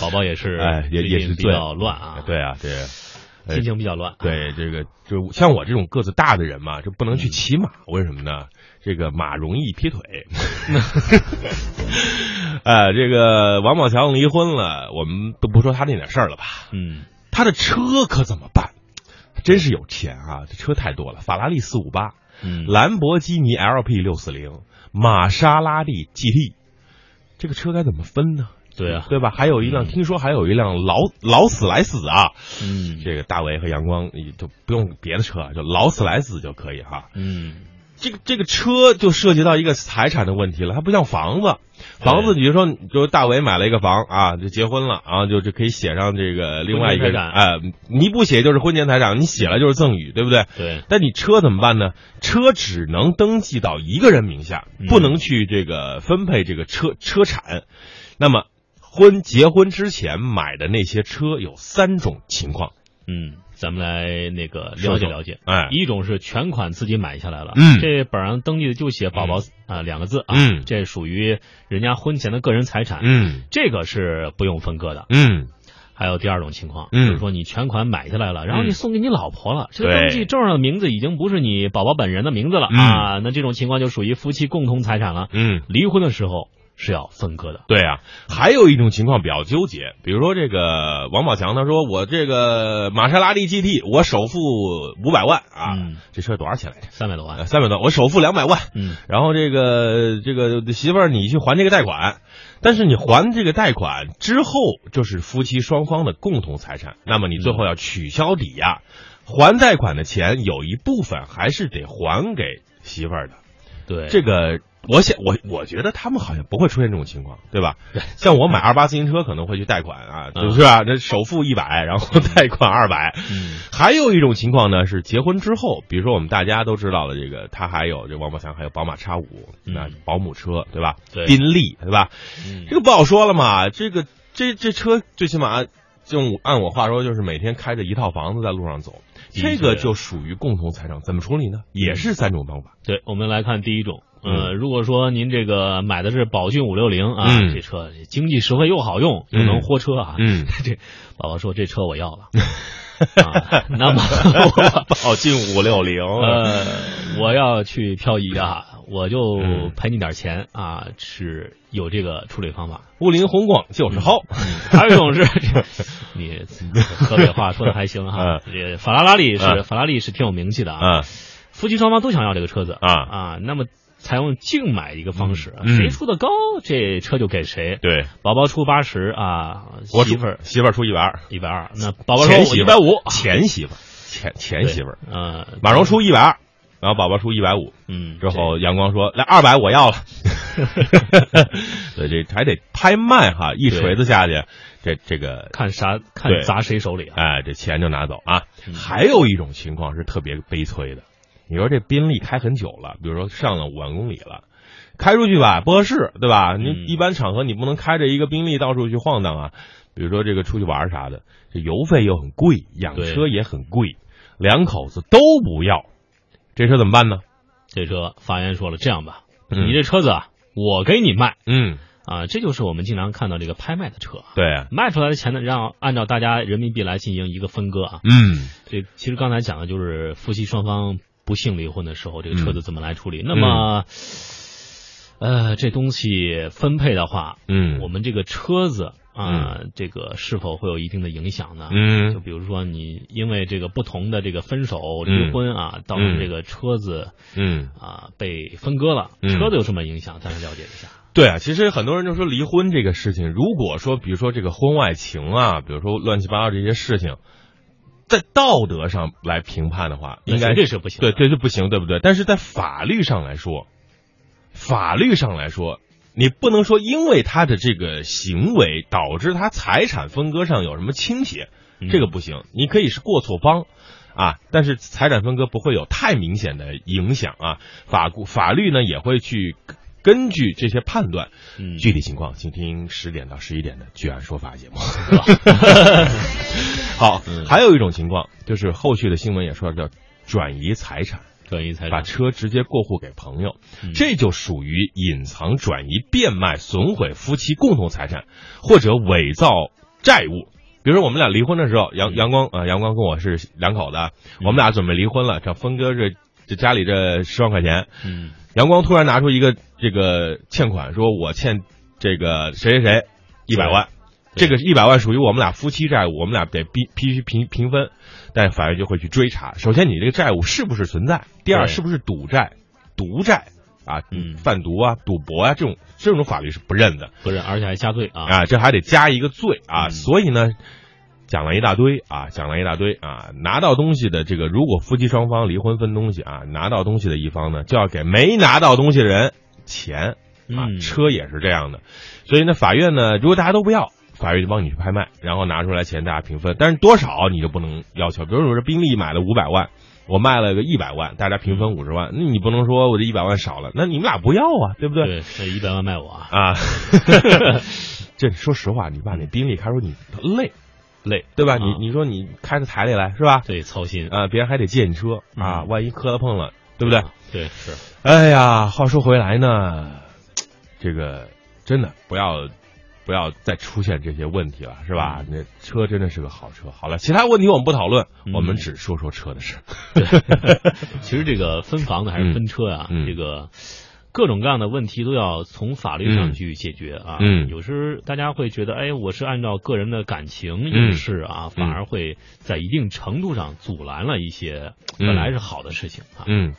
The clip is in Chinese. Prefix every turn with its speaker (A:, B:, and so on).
A: 宝宝也是，
B: 哎也也是
A: 比
B: 最
A: 较乱啊，，
B: 对啊，对啊，哎
A: 心情比较乱，啊
B: 对，这个就像我这种个子大的人嘛，就不能去骑马，为什么呢？这个马容易劈腿。呃，这个王宝强离婚了，我们都不说他那点事儿了吧？
A: 嗯，
B: 他的车可怎么办？真是有钱啊！这车太多了，法拉利四五八，
A: 嗯，
B: 兰博基尼 LP 六四零，玛莎拉蒂 GT，这个车该怎么分呢？
A: 对啊
B: 对吧？还有一辆，
A: 嗯
B: 听说还有一辆劳劳斯莱斯啊，
A: 嗯，
B: 这个大为和阳光也就不用别的车，啊就劳斯莱斯就可以哈。
A: 嗯，
B: 这个这个车就涉及到一个财产的问题了，它不像房子，房子比如说你就是大为买了一个房啊，就结婚了啊，就就可以写上这个另外一个
A: 婚前财产
B: 哎，你不写就是婚前财产，你写了就是赠与，对不对？
A: 对，
B: 但你车怎么办呢？车只能登记到一个人名下
A: 嗯，
B: 不能去这个分配这个车车产。那么婚结婚之前买的那些车有三种情况，
A: 嗯，咱们来那个了解了解。
B: 哎，
A: 一种是全款自己买下来了，
B: 嗯
A: 这本上登记的就写“宝宝”啊两个字啊，
B: 嗯
A: 这属于人家婚前的个人财产，
B: 嗯
A: 这个是不用分割的。
B: 嗯
A: 还有第二种情况，
B: 嗯
A: 就是说你全款买下来了，然后你
B: 嗯
A: 送给你老婆了，这个
B: 对
A: 登记证上的名字已经不是你宝宝本人的名字了、
B: 嗯
A: 啊，那这种情况就属于夫妻共同财产了，
B: 嗯，
A: 离婚的时候是要分割的。
B: 对啊，还有一种情况比较纠结，比如说这个王宝强他说我这个玛莎拉蒂 GT 我首付五百万啊，呃
A: 嗯
B: 这车多少钱来着？
A: 三百多万，
B: 三百多，我首付两百万，
A: 嗯
B: 然后这个这个媳妇儿你去还这个贷款，但是你还这个贷款之后就是夫妻双方的共同财产，那么你最后要取消抵押，还贷款的钱有一部分还是得还给媳妇儿的。
A: 对，
B: 这个，我想我我觉得他们好像不会出现这种情况，对吧？像我买二八自行车可能会去贷款啊，
A: 嗯
B: 是吧？这首付一百，然后贷款二百。
A: 嗯
B: 还有一种情况呢，是结婚之后，比如说我们大家都知道的这个，他还有这王宝强还有宝马叉五，那
A: 嗯
B: 保姆车对吧？
A: 对
B: 宾利对吧？
A: 嗯
B: 这个不好说了嘛，这个这这车最起码。用我按我话说，就是每天开着一套房子在路上走，这个
A: 的确
B: 就属于共同财产，怎么处理呢？也是三种方法。
A: 对，我们来看第一种。呃，如果说您这个买的是宝骏五六零啊，
B: 嗯
A: 这车经济实惠又好用，又能豁车啊。
B: 嗯，
A: 这宝宝说这车我要 了，啊、那么我
B: 宝骏五六零，
A: 呃我要去漂移啊，我就
B: 嗯
A: 赔你点钱啊，是有这个处理方法。
B: 乌林红光就是好。
A: 还有一 种是，你河北话说的还行哈、这法拉拉利是、
B: 嗯
A: 法拉利是挺有名气的啊，
B: 啊
A: 夫妻双方都想要这个车子
B: 啊
A: 啊，那么采用竞买一个方式，
B: 嗯
A: 谁出的高，这车就给谁。
B: 对，
A: 宝宝出八十啊，
B: 我
A: 媳
B: 出
A: 妇儿
B: 媳妇儿出一百二，
A: 一百二，那宝宝说
B: 前媳
A: 一
B: 妇
A: 百
B: 儿
A: 五，
B: 前媳妇儿，前前媳妇儿，
A: 呃，
B: 马蓉出一百二，然后宝宝出一百五，
A: 嗯，
B: 之后阳光说来二百我 要了。对，这还得拍卖哈，一
A: 对
B: 锤子下去，这这个
A: 这看啥看
B: 对
A: 砸谁手里啊？
B: 哎，这钱就拿走啊
A: 嗯。
B: 还有一种情况是特别悲催的，你说这宾利开很久了，比如说上了五万公里了，开出去吧不合适，对吧？你
A: 嗯
B: 一般场合你不能开着一个宾利到处去晃荡啊，比如说这个出去玩啥的，这油费又很贵，养
A: 对
B: 车也很贵，两口子都不要，这车怎么办呢？
A: 这车法院说了，这样吧，
B: 嗯
A: 你这车子啊，我给你卖
B: 嗯，
A: 啊，这就是我们经常看到这个拍卖的车啊。
B: 对啊，
A: 卖出来的钱呢，让按照大家人民币来进行一个分割啊。
B: 嗯
A: 这其实刚才讲的就是夫妻双方不幸离婚的时候，这个车子怎么来处理。那
B: 嗯
A: 么，呃，这东西分配的话，
B: 嗯，
A: 我们这个车子啊、这个是否会有一定的影响呢？就
B: 嗯
A: 比如说你因为这个不同的这个分手、
B: 嗯
A: 离婚啊，导致这个车子
B: 嗯。
A: 啊、被分割了，
B: 嗯
A: 车子有什么影响？咱们了解一下。
B: 对啊，其实很多人就说离婚这个事情，如果说比如说这个婚外情啊，比如说乱七八糟这些事情，在道德上来评判的话，应
A: 那
B: 该
A: 绝对是不行的
B: 对对就不行，对不对？但是在法律上来说，法律上来说，你不能说因为他的这个行为导致他财产分割上有什么倾斜，
A: 嗯
B: 这个不行。你可以是过错方。啊，但是财产分割不会有太明显的影响啊，法顾法律呢也会去根据这些判断，
A: 嗯，
B: 具体情况，请听十点到十一点的《居然说法》节 目。好，
A: 嗯
B: 还有一种情况就是后续的新闻也说叫转移财产，
A: 转移财
B: 把
A: 产，
B: 车直接过户给朋友，
A: 嗯
B: 这就属于隐藏、转移、变卖、损毁夫妻共同财产，或者伪造债务。比如说我们俩离婚的时候，阳阳光啊、呃阳光跟我是两口子，啊我们俩准备离婚了，想分割这这家里这十万块钱。
A: 嗯
B: 阳光突然拿出一个这个欠款，说我欠这个谁谁谁一百万，这
A: 对
B: 个一百万属于我们俩夫妻债务，我们俩得必必须平平分，但法院就会去追查。首先，你这个债务是不是存在？第二，
A: 对
B: 是不是赌债、毒债啊
A: 嗯、
B: 贩毒啊、赌博啊这种这种法律是不认的
A: 不认，而且还下罪啊。
B: 啊，这还得加一个罪啊。
A: 嗯
B: 所以呢，讲了一大堆啊，讲了一大堆啊，拿到东西的这个，如果夫妻双方离婚分东西啊，拿到东西的一方呢，就要给没拿到东西的人钱。啊，
A: 嗯，
B: 车也是这样的，所以呢，法院呢，如果大家都不要，法院就帮你去拍卖，然后拿出来钱大家平分，但是多少你就不能要求，比如说我这宾利买了五百万，我卖了个一百万，大家平分五十万，那你不能说我这一百万少了，那你们俩不要啊，对不对？
A: 对，这一百万卖我啊，
B: 啊， 这说实话，你把那宾利开出去你累，
A: 累，
B: 对吧？
A: 啊
B: 你你说你开到台里来是吧？
A: 对，操心，
B: 啊，别人还得借你车啊，
A: 嗯
B: 万一磕了碰了，对不对？
A: 对， 是，
B: 哎呀，话说回来呢，这个真的不要不要再出现这些问题了，是吧？那车真的是个好车。好了，其他问题我们不讨论，
A: 嗯
B: 我们只说说车的事。
A: 其实这个分房子还是分车啊，
B: 嗯嗯
A: 这个各种各样的问题都要从法律上去解决啊。
B: 嗯
A: 有时大家会觉得，哎，我是按照个人的感情
B: 嗯
A: 应试啊，反而会在一定程度上阻拦了一些
B: 嗯
A: 本来是好的事情啊。
B: 嗯，